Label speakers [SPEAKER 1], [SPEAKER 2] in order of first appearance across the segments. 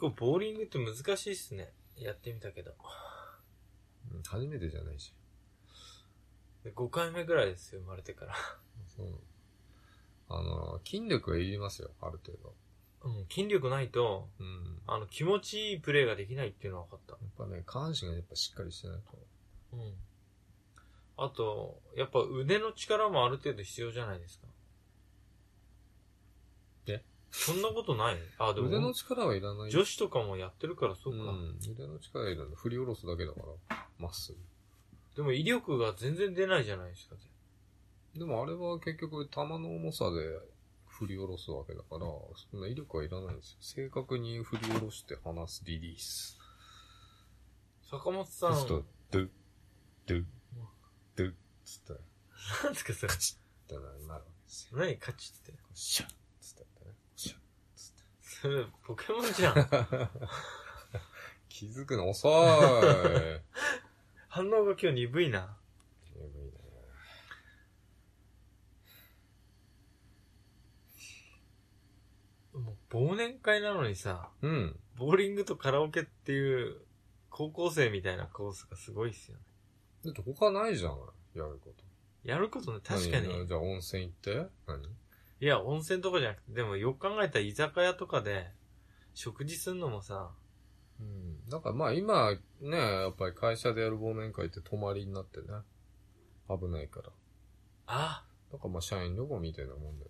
[SPEAKER 1] 構ボーリングって難しいっすね。やってみたけど。
[SPEAKER 2] うん初めてじゃないし。
[SPEAKER 1] で5回目ぐらいですよ、生まれてから。
[SPEAKER 2] そうあの、筋力がいりますよ、ある程度。
[SPEAKER 1] うん、筋力ないと、
[SPEAKER 2] うん。
[SPEAKER 1] あの、気持ちいいプレーができないっていうのは分かった。
[SPEAKER 2] やっぱね、下半身がやっぱしっかりしてないと。
[SPEAKER 1] うん。あと、やっぱ腕の力もある程度必要じゃないですか。
[SPEAKER 2] え
[SPEAKER 1] そんなことないあ、でも、
[SPEAKER 2] 腕の力はいらない。
[SPEAKER 1] 女子とかもやってるからそうか。
[SPEAKER 2] うん、腕の力はいらない。振り下ろすだけだから、まっす
[SPEAKER 1] でも威力が全然出ないじゃないですか。
[SPEAKER 2] ぐ。でもあれは結局、球の重さで振り下ろすわけだから、そんな威力はいらないんですよ。正確に振り下ろして離すリリース。
[SPEAKER 1] 坂本さ
[SPEAKER 2] そう
[SPEAKER 1] ん
[SPEAKER 2] する、と、ドゥ、ドゥ、ドゥっつったら、
[SPEAKER 1] なんですかそれ
[SPEAKER 2] カ。チッってなるわけですよ。
[SPEAKER 1] 何カチって。
[SPEAKER 2] シャッつったらね。シャッつって。
[SPEAKER 1] それ、ポケモンじゃん。
[SPEAKER 2] 気づくの遅い。 え
[SPEAKER 1] 反応が今日鈍いな。
[SPEAKER 2] ぐいね
[SPEAKER 1] もう忘年会なのにさ、
[SPEAKER 2] うん。
[SPEAKER 1] ボーリングとカラオケっていう、高校生みたいなコースがすごいっすよね。
[SPEAKER 2] だって他ないじゃん、やること。
[SPEAKER 1] やることね、確かに。
[SPEAKER 2] 何じゃあ温泉行って何
[SPEAKER 1] いや、温泉とかじゃなくて、でもよく考えたら居酒屋とかで、食事すんのもさ、
[SPEAKER 2] うん。だからまあ今、ね、やっぱり会社でやる忘年会って泊まりになってね。危ないから。
[SPEAKER 1] あ、
[SPEAKER 2] だからまあ社員旅行みたいなもんだよね。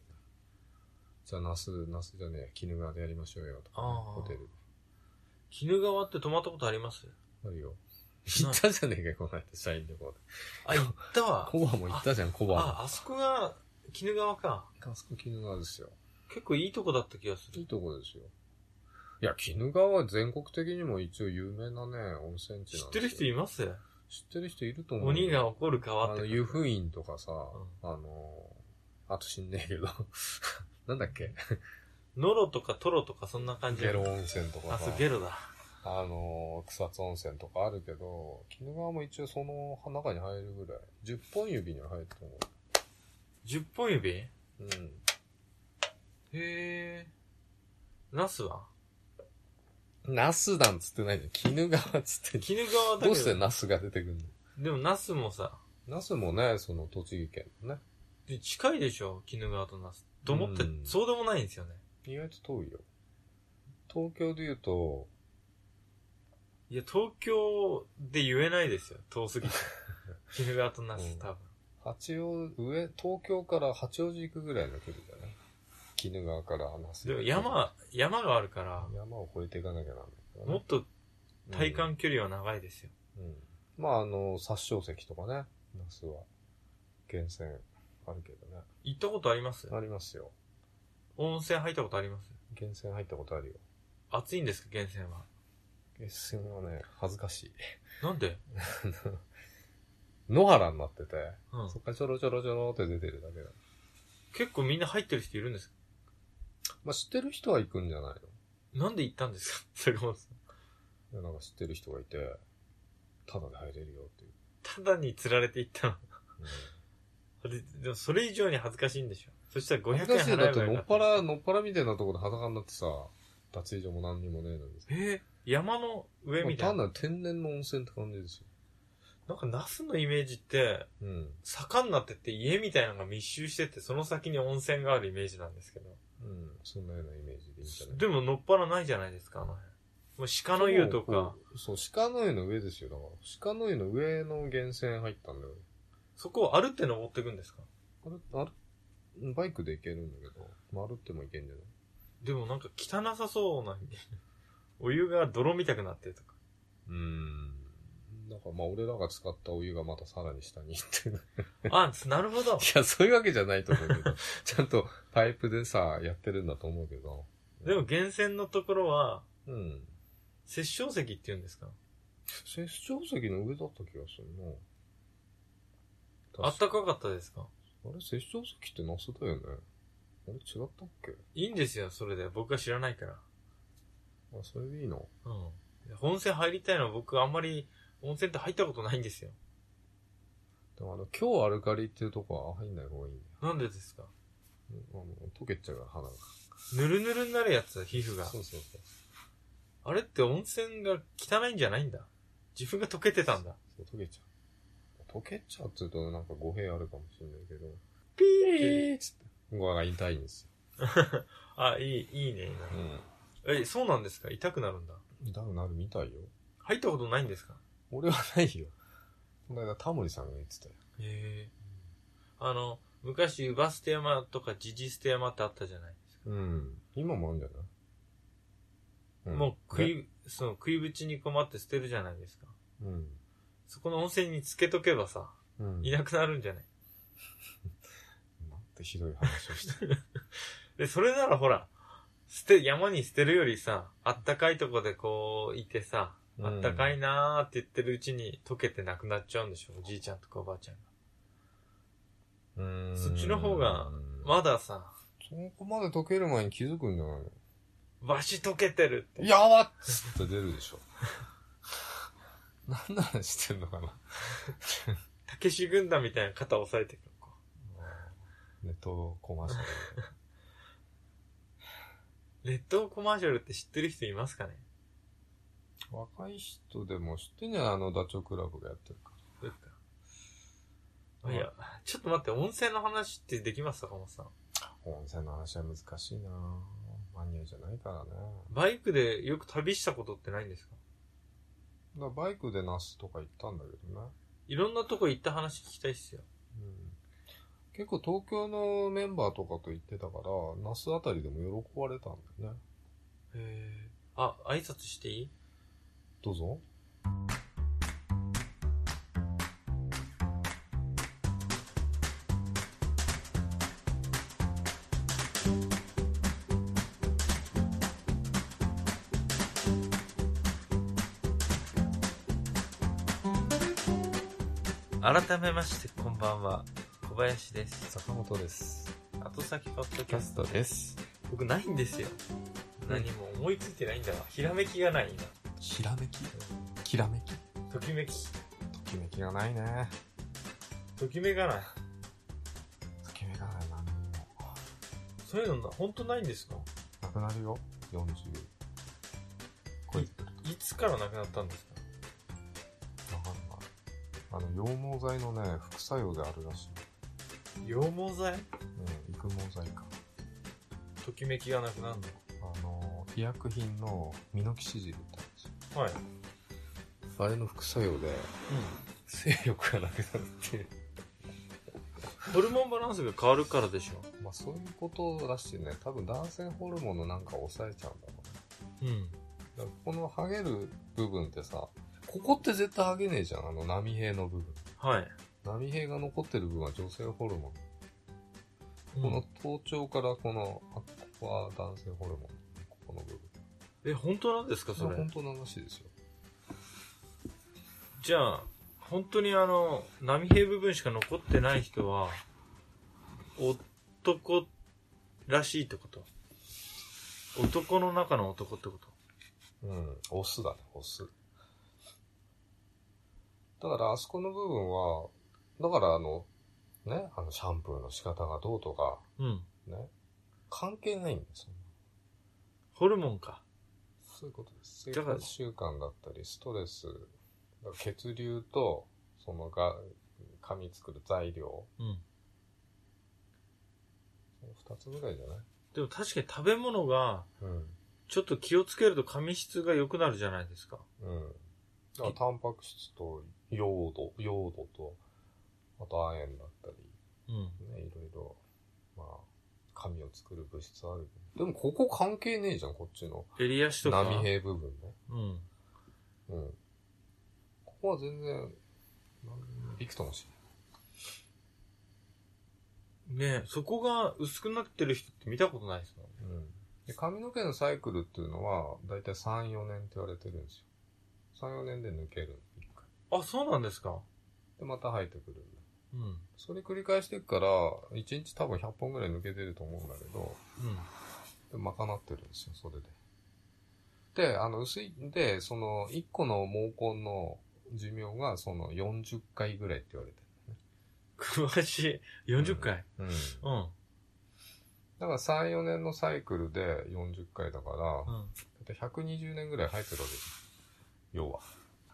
[SPEAKER 2] じゃあ那須、那須じゃねえや、絹川でやりましょうよとかね、
[SPEAKER 1] あー
[SPEAKER 2] ホテルで。
[SPEAKER 1] 鬼怒川って泊まったことあります
[SPEAKER 2] あるよ。行ったじゃねえかよ、この間、社員旅行で。
[SPEAKER 1] あ、行った わ。
[SPEAKER 2] コバも行ったじゃん、コバ
[SPEAKER 1] あ、あそこが、鬼怒川か。
[SPEAKER 2] も。あそこ絹川ですよ。
[SPEAKER 1] 結構いいとこだった気がす
[SPEAKER 2] いい
[SPEAKER 1] る。
[SPEAKER 2] とこですよ。いや、鬼怒川は全国的にも一応有名なね、温泉地
[SPEAKER 1] 知
[SPEAKER 2] な
[SPEAKER 1] っ
[SPEAKER 2] ん
[SPEAKER 1] て
[SPEAKER 2] で
[SPEAKER 1] る
[SPEAKER 2] す
[SPEAKER 1] 人
[SPEAKER 2] よ。
[SPEAKER 1] います
[SPEAKER 2] 知ってる人いると思う。
[SPEAKER 1] 鬼が怒る
[SPEAKER 2] あ
[SPEAKER 1] 川って書
[SPEAKER 2] の、
[SPEAKER 1] いてある。
[SPEAKER 2] 湯布院とかさ、
[SPEAKER 1] う
[SPEAKER 2] あのー、あと死んねえけど、 なんだっけ、
[SPEAKER 1] ノロとかトロとかそんな感じ。
[SPEAKER 2] ゲロ。温泉とか
[SPEAKER 1] あ、
[SPEAKER 2] さ
[SPEAKER 1] そう、、ゲロだ。
[SPEAKER 2] あのー、草津温泉とかあるけど、鬼怒川も一応その中に入るぐらい、10本指には入ると思
[SPEAKER 1] 10本指へ
[SPEAKER 2] う。
[SPEAKER 1] え。ナスは
[SPEAKER 2] うん。ナスなんつってないじゃん。鬼怒川っつってんじ
[SPEAKER 1] 鬼怒川
[SPEAKER 2] ゃん。
[SPEAKER 1] だ
[SPEAKER 2] どう
[SPEAKER 1] け
[SPEAKER 2] して
[SPEAKER 1] ど。
[SPEAKER 2] ナスが出てくる
[SPEAKER 1] でもナスもさ、
[SPEAKER 2] のナスもね、その栃木県のね。
[SPEAKER 1] で近いでしょ鬼怒川とナス。と思って
[SPEAKER 2] うん、
[SPEAKER 1] そうでもないんですよね。
[SPEAKER 2] 意外と遠いよ。東京で言うと、
[SPEAKER 1] いや、東京で言えないですよ。遠すぎ て。鬼怒川と那
[SPEAKER 2] う
[SPEAKER 1] 須、
[SPEAKER 2] ん
[SPEAKER 1] 多分。
[SPEAKER 2] 八王、上、東京から八王子行くぐらいの距離だね。鬼怒川から那須。
[SPEAKER 1] でも山、山があるから、
[SPEAKER 2] 山を越えていかなきゃなんだけどね
[SPEAKER 1] もっと体感距離は長いですよ。
[SPEAKER 2] うん。うんまあ、あの、殺生石とかね、那須は、源泉あるけどね。
[SPEAKER 1] 行ったことあります
[SPEAKER 2] ありますよ。
[SPEAKER 1] 温泉入ったことあります
[SPEAKER 2] 源泉入ったことあるよ。
[SPEAKER 1] 暑いんですか、源泉は。
[SPEAKER 2] 源泉はね、恥ずかしい。
[SPEAKER 1] なんで
[SPEAKER 2] 野原になってて、
[SPEAKER 1] うん
[SPEAKER 2] そ。っからちょろちょろちょろって出てるだけだ。
[SPEAKER 1] 結構みんな入ってる人いるんですか
[SPEAKER 2] まあ、知ってる人は行くんじゃないの
[SPEAKER 1] なんで行ったんですか坂本さん。
[SPEAKER 2] いやなんか知ってる人がいて、ただで入れるよっていう。
[SPEAKER 1] ただに釣られて行ったの。
[SPEAKER 2] うん
[SPEAKER 1] ででもそれ以上に恥ずかしいんでしょ。そしたら500
[SPEAKER 2] 恥
[SPEAKER 1] 円
[SPEAKER 2] ずかしい
[SPEAKER 1] 払え
[SPEAKER 2] よ
[SPEAKER 1] ば
[SPEAKER 2] だ
[SPEAKER 1] よか
[SPEAKER 2] って、のっ
[SPEAKER 1] った。
[SPEAKER 2] ぱら、のっぱらみたいなところで裸になってさ、立ち位置も何にもねえのにさ。
[SPEAKER 1] えー山の上みたい
[SPEAKER 2] 単
[SPEAKER 1] な。
[SPEAKER 2] なる天然の温泉って感じですよ。
[SPEAKER 1] なんか那須のイメージって、
[SPEAKER 2] うん。
[SPEAKER 1] 坂になってて家みたいなのが密集してて、その先に温泉があるイメージなんですけど。
[SPEAKER 2] うん。そんなようなイメージでいいんじゃない
[SPEAKER 1] でも乗っ腹ないじゃないですか、あの辺。もう鹿の湯とか、。
[SPEAKER 2] そう、そう鹿の湯の上ですよ。だから、鹿の湯の上の源泉入ったんだよ。
[SPEAKER 1] そこを歩って登っていくんですか
[SPEAKER 2] あれ、あれ、バイクで行けるんだけど、まあ歩っても行けんじゃない
[SPEAKER 1] でもなんか汚さそうな、お湯が泥みたくなってるとか。
[SPEAKER 2] うん。だから、まあ俺らが使ったお湯がまたさらに下に行ってる。
[SPEAKER 1] あ、なるほど
[SPEAKER 2] い。や、そういうわけじゃないと思うけど、 ちゃんとパイプでさ、やってるんだと思うけど。
[SPEAKER 1] でも、源泉のところは、
[SPEAKER 2] うん。
[SPEAKER 1] 殺生石って言うんですか
[SPEAKER 2] 摂政石の上だった気がするな。
[SPEAKER 1] あった
[SPEAKER 2] あ
[SPEAKER 1] かかったですか
[SPEAKER 2] れ、摂政石ってナスだよね。あれ、違ったっけ
[SPEAKER 1] いいんですよ、それで。僕は知らないから。
[SPEAKER 2] あ、それでいいの
[SPEAKER 1] うん。温泉入りたいのは僕あんまり温泉って入ったことないんですよ。
[SPEAKER 2] でもあの、今日アルカリっていうとこは入んない方がいいね。
[SPEAKER 1] なんでですか
[SPEAKER 2] うんあの、溶けちゃうから、鼻が。
[SPEAKER 1] ぬるぬるになるやつ、皮膚が。
[SPEAKER 2] そうそうそう。
[SPEAKER 1] あれって温泉が汚いんじゃないんだ。自分が溶けてたんだ。
[SPEAKER 2] そう溶けちゃう。溶けちゃうって言うとなんか語弊あるかもしれないけど、
[SPEAKER 1] ピ
[SPEAKER 2] えーっつって。語が痛いんです
[SPEAKER 1] あ、いい、いいね。
[SPEAKER 2] よ。う
[SPEAKER 1] え、そうなんですか痛くなるんだ。
[SPEAKER 2] ん。痛くなるみたいよ。
[SPEAKER 1] 入ったことないんですか
[SPEAKER 2] 俺はないよ。この間タモリさんが言ってたよ。
[SPEAKER 1] へえ。あの、昔、バステ山とかジジステ山ってあったじゃないですか。
[SPEAKER 2] うん。今もあるんじゃない、ん、
[SPEAKER 1] もう食
[SPEAKER 2] ね
[SPEAKER 1] い、その食いぶちに困って捨てるじゃないですか。
[SPEAKER 2] うん。
[SPEAKER 1] そこの温泉につけとけばさ、
[SPEAKER 2] うん。
[SPEAKER 1] いなくなるんじゃない
[SPEAKER 2] なんてひどい話を して。
[SPEAKER 1] で、それならほら、捨て、山に捨てるよりさ、あったかいとこでこう、いてさ、
[SPEAKER 2] うん
[SPEAKER 1] あったかいなーって言ってるうちに溶けてなくなっちゃうんでしょ、おじいちゃんとかおばあちゃんが。
[SPEAKER 2] うん
[SPEAKER 1] そっちの方が、
[SPEAKER 2] ま、
[SPEAKER 1] まださ、
[SPEAKER 2] そこまで溶ける前に気づくんじゃないの
[SPEAKER 1] わし溶けてるって。
[SPEAKER 2] やばっつって出るでしょ。なんならしてんのかな
[SPEAKER 1] たけし軍団みたいな肩押さえてくる。こ
[SPEAKER 2] ネットコマーシャル。
[SPEAKER 1] う列島コマーシャルって知ってる人いますかね
[SPEAKER 2] 若い人でも知ってんじゃないあのダチョウ倶楽部がやってるか
[SPEAKER 1] どうですかいや、ちょっと待って、温泉の話ってできます坂本さん。
[SPEAKER 2] ら。温泉の話は難しいなぁマニアじゃないからね。
[SPEAKER 1] バイクでよく旅したことってないんですか
[SPEAKER 2] だからバイクで那須とか行ったんだけどね。
[SPEAKER 1] いろんなとこ行った話聞きたいっすよ。
[SPEAKER 2] うん結構東京のメンバーとかと行ってたから、那須あたりでも喜ばれたんだよね。
[SPEAKER 1] へえ。あ、挨拶していい
[SPEAKER 2] どうぞ。
[SPEAKER 1] 改めまして、こんばんは。小林です。
[SPEAKER 2] 坂本です。
[SPEAKER 1] 後先パッドキ
[SPEAKER 2] キ
[SPEAKER 1] ャ
[SPEAKER 2] ャ
[SPEAKER 1] ス
[SPEAKER 2] ス
[SPEAKER 1] ト
[SPEAKER 2] ト
[SPEAKER 1] で。
[SPEAKER 2] ですす。
[SPEAKER 1] 僕ないんですよ。何も思いついてないんだわ。ひらめきがないな。
[SPEAKER 2] ひらめききらめき
[SPEAKER 1] と
[SPEAKER 2] と
[SPEAKER 1] きめき。
[SPEAKER 2] きめきがないね。
[SPEAKER 1] ときめかない。
[SPEAKER 2] ときめかないな。
[SPEAKER 1] そういうのな、ほんとないんですか
[SPEAKER 2] なくなるよ。40。これ、
[SPEAKER 1] いつからなくなったんですか
[SPEAKER 2] わかんない。あの、羊毛剤のね、副作用であるらしい。
[SPEAKER 1] 羊毛剤
[SPEAKER 2] うん、育毛剤か。
[SPEAKER 1] ときめきがなくなる
[SPEAKER 2] あの、医薬品のミノキシジルってあるんですよ
[SPEAKER 1] の。はい。
[SPEAKER 2] あれの副作用で、性欲がなくなるっていう。
[SPEAKER 1] ホルモンバランスが変わるからでしょ。
[SPEAKER 2] まあそういうことらしいね。多分男性ホルモンのなんかを抑えちゃうんだろうね。
[SPEAKER 1] うん。
[SPEAKER 2] だからこのハゲる部分ってさ、ここって絶対ハゲねえじゃん。あの波平の部分。
[SPEAKER 1] はい。
[SPEAKER 2] 波平が残ってる部分は女性ホルモン。この頭頂からこの、あ、ここは男性ホルモン。ここの部分。
[SPEAKER 1] え、本当なんですかそ
[SPEAKER 2] それ
[SPEAKER 1] れ
[SPEAKER 2] 本。当の話ですよ。
[SPEAKER 1] じゃあ、本当にあの、波平部分しか残ってない人は、男らしいってこと男の中の男ってこと
[SPEAKER 2] うん。オスだね、オス。だから、あそこの部分は、だからあの、ね、あの、シャンプーの仕方がどうとか、
[SPEAKER 1] うん。
[SPEAKER 2] ね、関係ないんですよ。
[SPEAKER 1] ホルモンか。
[SPEAKER 2] そういうことです。
[SPEAKER 1] だ
[SPEAKER 2] 生
[SPEAKER 1] から
[SPEAKER 2] 活習慣だったり、ストレス、だから血流と、そのが、髪作る材料、
[SPEAKER 1] うん。
[SPEAKER 2] その二つぐらいじゃない
[SPEAKER 1] でも確かに食べ物が、
[SPEAKER 2] うん。
[SPEAKER 1] ちょっと気をつけると髪質が良くなるじゃないですか。
[SPEAKER 2] うん。だから、タンパク質と、用土、用土と、あと亜鉛だったり、
[SPEAKER 1] うん。
[SPEAKER 2] ね、いろいろ、まあ、紙を作る物質あるけど。でもここ関係ねえじゃん、こっちの。
[SPEAKER 1] 襟足とか。
[SPEAKER 2] 波平部分ね。
[SPEAKER 1] うん。
[SPEAKER 2] うん。ここは全然、びくともし
[SPEAKER 1] ねえそこが薄くなってる人って見たことないですもんね。
[SPEAKER 2] ない。うん。で、髪の毛のサイクルっていうのは、だいたい3、4年って言われてるんですよ。3、4年で抜ける。一回。
[SPEAKER 1] あ、そうなんですか
[SPEAKER 2] で、また生えてくるんだ。
[SPEAKER 1] うん。 うん。
[SPEAKER 2] それ繰り返していくから、1日多分100本ぐらい抜けてると思うんだけど、で、賄ってるんですよ、それで。で、あの、薄い、で、その、1個の毛根の寿命が、その、40回ぐらいって言われて
[SPEAKER 1] 詳しい。40回。
[SPEAKER 2] る。うん。
[SPEAKER 1] うん。
[SPEAKER 2] だから3、4年のサイクルで40回だから、
[SPEAKER 1] うん。
[SPEAKER 2] だって120年ぐらい生えてるわけですよ。要は。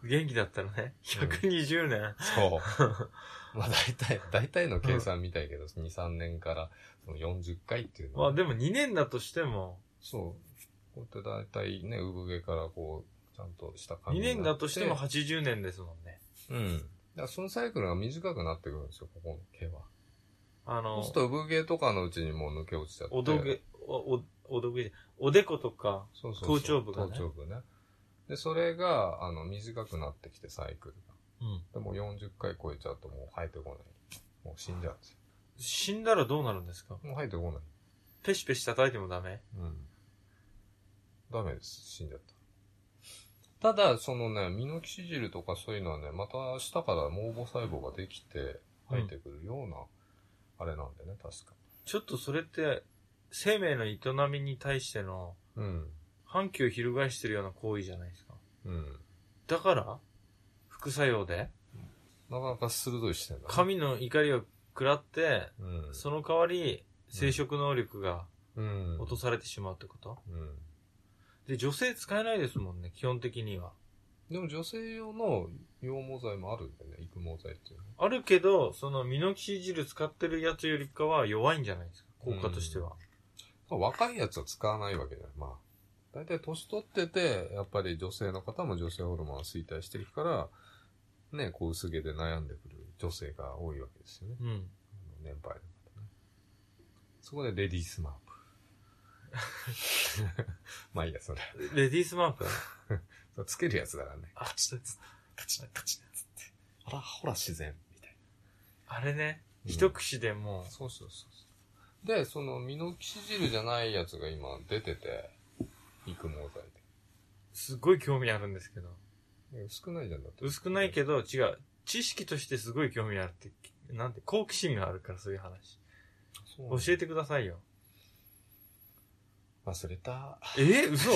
[SPEAKER 1] 元気だったらね、120年。
[SPEAKER 2] そう。まあ大体、大体の計算みたいけど、2、3年からその40回っていうの
[SPEAKER 1] ま
[SPEAKER 2] は
[SPEAKER 1] あでも2年だとしても、
[SPEAKER 2] そう。こうやって大体ね、産毛からこう、ちゃんとした感
[SPEAKER 1] 2
[SPEAKER 2] じに
[SPEAKER 1] 年
[SPEAKER 2] な
[SPEAKER 1] だとしても80年ですもんね。
[SPEAKER 2] うん。だからそのサイクルが短くなってくるんですよ、ここの毛は。
[SPEAKER 1] あ
[SPEAKER 2] そう
[SPEAKER 1] の
[SPEAKER 2] する、と産毛とかのうちにもう抜け落ちちゃって。
[SPEAKER 1] おどげ、お、おおどげじゃおでことか、
[SPEAKER 2] そうそうそ
[SPEAKER 1] 頭頂
[SPEAKER 2] う
[SPEAKER 1] 部がね
[SPEAKER 2] 頭頂部ね。で、それが、あの、短くなってきて、サイクルが。
[SPEAKER 1] うん。
[SPEAKER 2] でも40回超えちゃうともう生えてこない。もう死んじゃうんですよ。
[SPEAKER 1] 死んだらどうなるんですか
[SPEAKER 2] もう生えてこない。
[SPEAKER 1] ペシペシ叩いてもダメ
[SPEAKER 2] うん。ダメです。死んじゃった。ただ、そのね、ミノキシジルとかそういうのはね、また下から毛母細胞ができて生えてくるような、あれなんでね、確か。
[SPEAKER 1] ちょっとそれって、生命の営みに対しての、
[SPEAKER 2] うん。
[SPEAKER 1] 反旗を翻してるような行為じゃないですか。
[SPEAKER 2] うん。
[SPEAKER 1] だから、副作用で、
[SPEAKER 2] なかなか鋭い視点だね。
[SPEAKER 1] 神の怒りを食らって、
[SPEAKER 2] うん。
[SPEAKER 1] その代わり、生殖能力が
[SPEAKER 2] うん。
[SPEAKER 1] 落とされてしまうってこと、
[SPEAKER 2] うん。
[SPEAKER 1] で、女性使えないですもんね、基本的には。
[SPEAKER 2] でも女性用の羊毛剤もあるんだよね、育毛剤っていうの。
[SPEAKER 1] あるけど、そのミノキシジル使ってるやつよりかは弱いんじゃないですか、効果としては。
[SPEAKER 2] 若いやつは使わないわけじゃない。まあ。大体年取ってて、やっぱり女性の方も女性ホルモンが衰退してるから、ね、こう薄毛で悩んでくる女性が多いわけですよね。
[SPEAKER 1] うん。
[SPEAKER 2] あの年配の方ね。そこでレディースマー プ。まあいいや、それ。
[SPEAKER 1] レディースマー ク
[SPEAKER 2] それつけるやつだからね。
[SPEAKER 1] あ
[SPEAKER 2] カチッ、カチッ、カチッつって。ほら、ほら自然、みたい
[SPEAKER 1] あれね、
[SPEAKER 2] うん
[SPEAKER 1] 一口でもう
[SPEAKER 2] な。、そうそうそうそう。で、その、ミノキシジルじゃないやつが今出てて、育毛剤で。
[SPEAKER 1] すごい興味あるんですけど。
[SPEAKER 2] ね薄くないじゃんだって。
[SPEAKER 1] 薄くないけど、違う。知識としてすごい興味あるって、なんて、好奇心があるから、そういう話。
[SPEAKER 2] そ
[SPEAKER 1] 教
[SPEAKER 2] うなんだ
[SPEAKER 1] えてください よ。
[SPEAKER 2] 忘れた。
[SPEAKER 1] えー嘘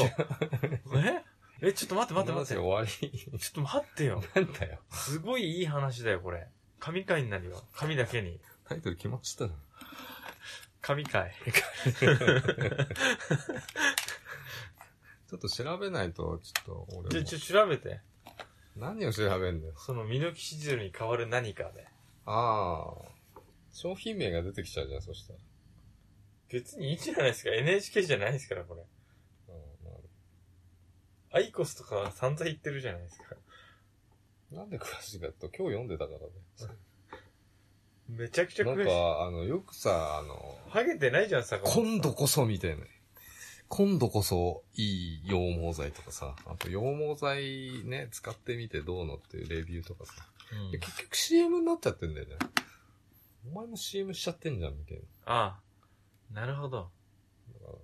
[SPEAKER 1] ええ、ちょっと待って待って待って。ちょ
[SPEAKER 2] 待って。終わ
[SPEAKER 1] っと待ってよ。
[SPEAKER 2] り。なんだよ。
[SPEAKER 1] すごいいい話だよ、これ。神回になるよ。神だけに。
[SPEAKER 2] タイトル決まっちゃっ
[SPEAKER 1] 神回。
[SPEAKER 2] たな。ちょっと調べないと、ちょっと
[SPEAKER 1] じ
[SPEAKER 2] 俺
[SPEAKER 1] ゃ、
[SPEAKER 2] も。
[SPEAKER 1] ちょ、調べて。
[SPEAKER 2] 何を調べんだよ。
[SPEAKER 1] その、ミノキシジルに変わる何かで。
[SPEAKER 2] ああ。商品名が出てきちゃうじゃん、そしたら。
[SPEAKER 1] 別にいいじゃないですか。NHK じゃないですから、これ。
[SPEAKER 2] うん
[SPEAKER 1] アイコスとか散々言ってるじゃないですか。
[SPEAKER 2] まあなんで詳しいかと、今日読んでたから
[SPEAKER 1] めちゃくちゃ
[SPEAKER 2] ね。
[SPEAKER 1] 悔
[SPEAKER 2] な
[SPEAKER 1] し
[SPEAKER 2] ん
[SPEAKER 1] い。
[SPEAKER 2] か、あの、よくさ、あの、
[SPEAKER 1] ハゲてないじゃん、坂本さん。
[SPEAKER 2] 今度こそみたいな。今度こそいい羊毛剤とかさ、あと羊毛剤ね、使ってみてどうのっていうレビューとかさ。
[SPEAKER 1] うん
[SPEAKER 2] で結局 CM になっちゃってんだよね。お前も CM しちゃってんじゃん、みたいな。
[SPEAKER 1] ああ。なるほど。
[SPEAKER 2] だから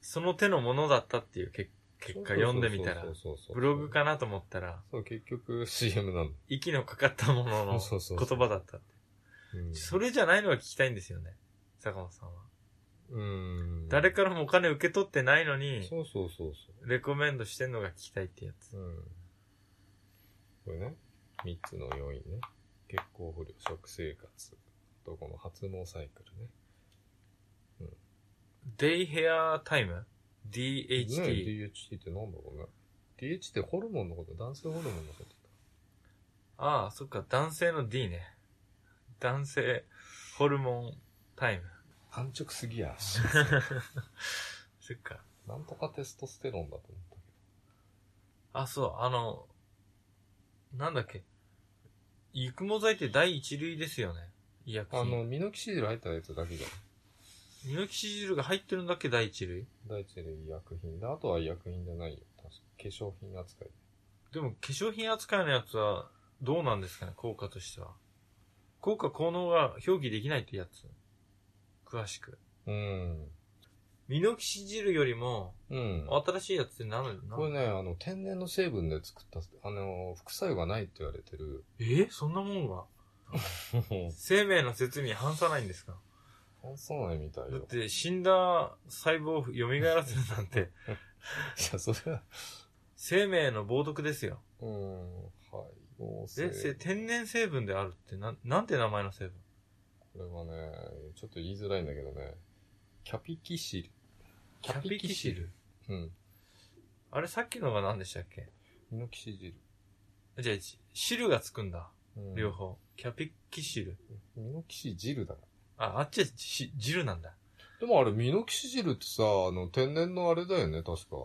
[SPEAKER 1] その手のものだったっていう結結果読んでみたら
[SPEAKER 2] そう、そうそうそう
[SPEAKER 1] ブログ。かなと思ったら、
[SPEAKER 2] そう、結局 CM なんだ。
[SPEAKER 1] 息のかかったものの
[SPEAKER 2] そうそう
[SPEAKER 1] 言
[SPEAKER 2] そう
[SPEAKER 1] 葉だったって。
[SPEAKER 2] うん
[SPEAKER 1] それじゃないのが聞きたいんですよね。坂本さんは。
[SPEAKER 2] うん。
[SPEAKER 1] 誰からもお金受け取ってないのに、
[SPEAKER 2] そうそうそう
[SPEAKER 1] レコメンドしてんのが聞きたいってやつ。
[SPEAKER 2] そう。うん。これね、3つの要因ね。血行不良、食生活、あとこの発毛サイクルね。
[SPEAKER 1] Day Hair Time?
[SPEAKER 2] ね
[SPEAKER 1] DHT。
[SPEAKER 2] DHT ってなんだろうね。DHT ってホルモンのこと、男性ホルモンのことだ。
[SPEAKER 1] ああ、そっか、男性の D ね。男性ホルモンタイム。
[SPEAKER 2] 安直すぎや。
[SPEAKER 1] そっか。
[SPEAKER 2] なんとかテストステロンだと思ったけ
[SPEAKER 1] あ、そう、あの、なんだっけ。育毛剤って第一類ですよね。医薬
[SPEAKER 2] ど。あの、
[SPEAKER 1] 品。
[SPEAKER 2] ミノキシジル入ったやつだけじゃん。
[SPEAKER 1] ミノキシジルが入ってるんだっけ、第一類。
[SPEAKER 2] 第一類医薬品で、あとは医薬品じゃないよ。確か化粧品扱い。
[SPEAKER 1] でも、化粧品扱いのやつは、どうなんですかね、効果としては。効果、効能が表記できないってやつ。詳しく。
[SPEAKER 2] うん。
[SPEAKER 1] ミノキシジルよりも、
[SPEAKER 2] うん。
[SPEAKER 1] 新しいやつって何な
[SPEAKER 2] これ
[SPEAKER 1] の
[SPEAKER 2] ね、あの、天然の成分で作った、あの、副作用がないって言われてる。
[SPEAKER 1] えそんなもんが生命の説に反さないんですか
[SPEAKER 2] 反さないみたい
[SPEAKER 1] だっ
[SPEAKER 2] よ。
[SPEAKER 1] て、死んだ細胞を蘇らせるなんて、
[SPEAKER 2] いや、それは、
[SPEAKER 1] 生命の冒涜ですよ。
[SPEAKER 2] うん、配合
[SPEAKER 1] え、
[SPEAKER 2] 成。
[SPEAKER 1] せ天然成分であるって、なん、なんて名前の成分
[SPEAKER 2] これはね、ちょっと言いづらいんだけどね、キャピキシル。
[SPEAKER 1] キャピキシル。
[SPEAKER 2] うん。
[SPEAKER 1] あれさっきのが何でしたっけ
[SPEAKER 2] ミノキシジ
[SPEAKER 1] じゃあ、汁がつくんだ。
[SPEAKER 2] ル。うん
[SPEAKER 1] 両。方。キャピキシル。
[SPEAKER 2] ミノキシジルだから。
[SPEAKER 1] あ、あっちはし汁なんだ。
[SPEAKER 2] でもあれ、ミノキシジルってさ、あの、天然のあれだよね、確か。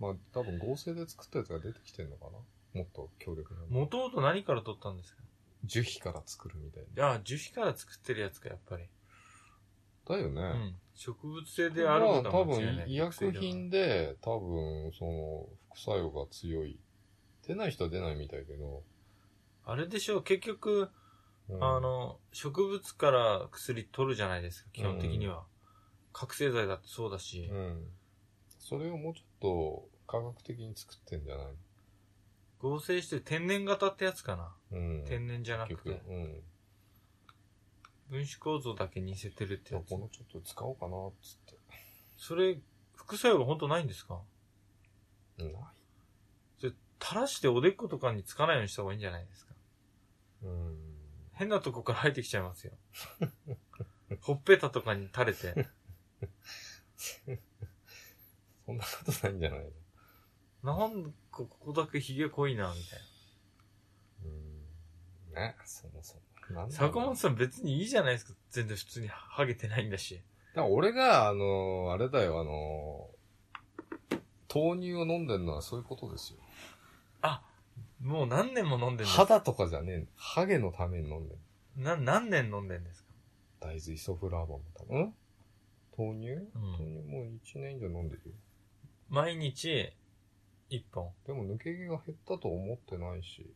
[SPEAKER 2] まあ、多分合成で作ったやつが出てきてんのかなもっと強力な。
[SPEAKER 1] もともと何から取ったんですか
[SPEAKER 2] 樹皮から作るみたい
[SPEAKER 1] じゃあ、樹皮から作ってるやつか、やっぱり。
[SPEAKER 2] な。だよね。
[SPEAKER 1] うん。植物性であること
[SPEAKER 2] まあ
[SPEAKER 1] は
[SPEAKER 2] 多
[SPEAKER 1] 間違い
[SPEAKER 2] 分
[SPEAKER 1] ない。
[SPEAKER 2] 医薬品で、多分、その、副作用が強い。出ない人は出ないみたいけど。
[SPEAKER 1] あれでしょう、結局、
[SPEAKER 2] うん
[SPEAKER 1] あ、の、植物から薬取るじゃないですか、基本的には。覚醒剤だってそうだし、
[SPEAKER 2] うん。それをもうちょっと、科学的に作ってんじゃない
[SPEAKER 1] 合成して天然型ってやつかな。
[SPEAKER 2] うん。
[SPEAKER 1] 天然じゃなく
[SPEAKER 2] 結局
[SPEAKER 1] て、、
[SPEAKER 2] うん。
[SPEAKER 1] 分子構造だけ似せてるって
[SPEAKER 2] じゃ
[SPEAKER 1] や
[SPEAKER 2] あ
[SPEAKER 1] つ
[SPEAKER 2] こ。のちょっと使おうかな、つって。
[SPEAKER 1] それ、副作用が本当ないんですか
[SPEAKER 2] うんない。
[SPEAKER 1] それ、垂らしておでことかにつかないようにした方がいいんじゃないですか
[SPEAKER 2] うん。
[SPEAKER 1] 変なとこから入ってきちゃいます よ。ほっぺたとかに垂れて。
[SPEAKER 2] そんなことないんじゃないの
[SPEAKER 1] なんかここだけ髭濃いな、みたい
[SPEAKER 2] うん。ね、そもそも。なん
[SPEAKER 1] な。
[SPEAKER 2] だろう
[SPEAKER 1] 坂本さん別にいいじゃないですか。全然普通にハゲてないんだし。
[SPEAKER 2] だから俺が、あのーあれだよ、あのー豆乳を飲んでるのはそういうことですよ。
[SPEAKER 1] あ、もう何年も飲んでんです
[SPEAKER 2] 肌とかじゃねえのハゲのために飲んでる。
[SPEAKER 1] な、何年飲んでんですか
[SPEAKER 2] 大豆イソフラボンも多分。ん豆乳、
[SPEAKER 1] うん
[SPEAKER 2] 豆乳もう1年以上飲んでるよ。
[SPEAKER 1] 毎日、一本。
[SPEAKER 2] でも抜け毛が減ったと思ってないし。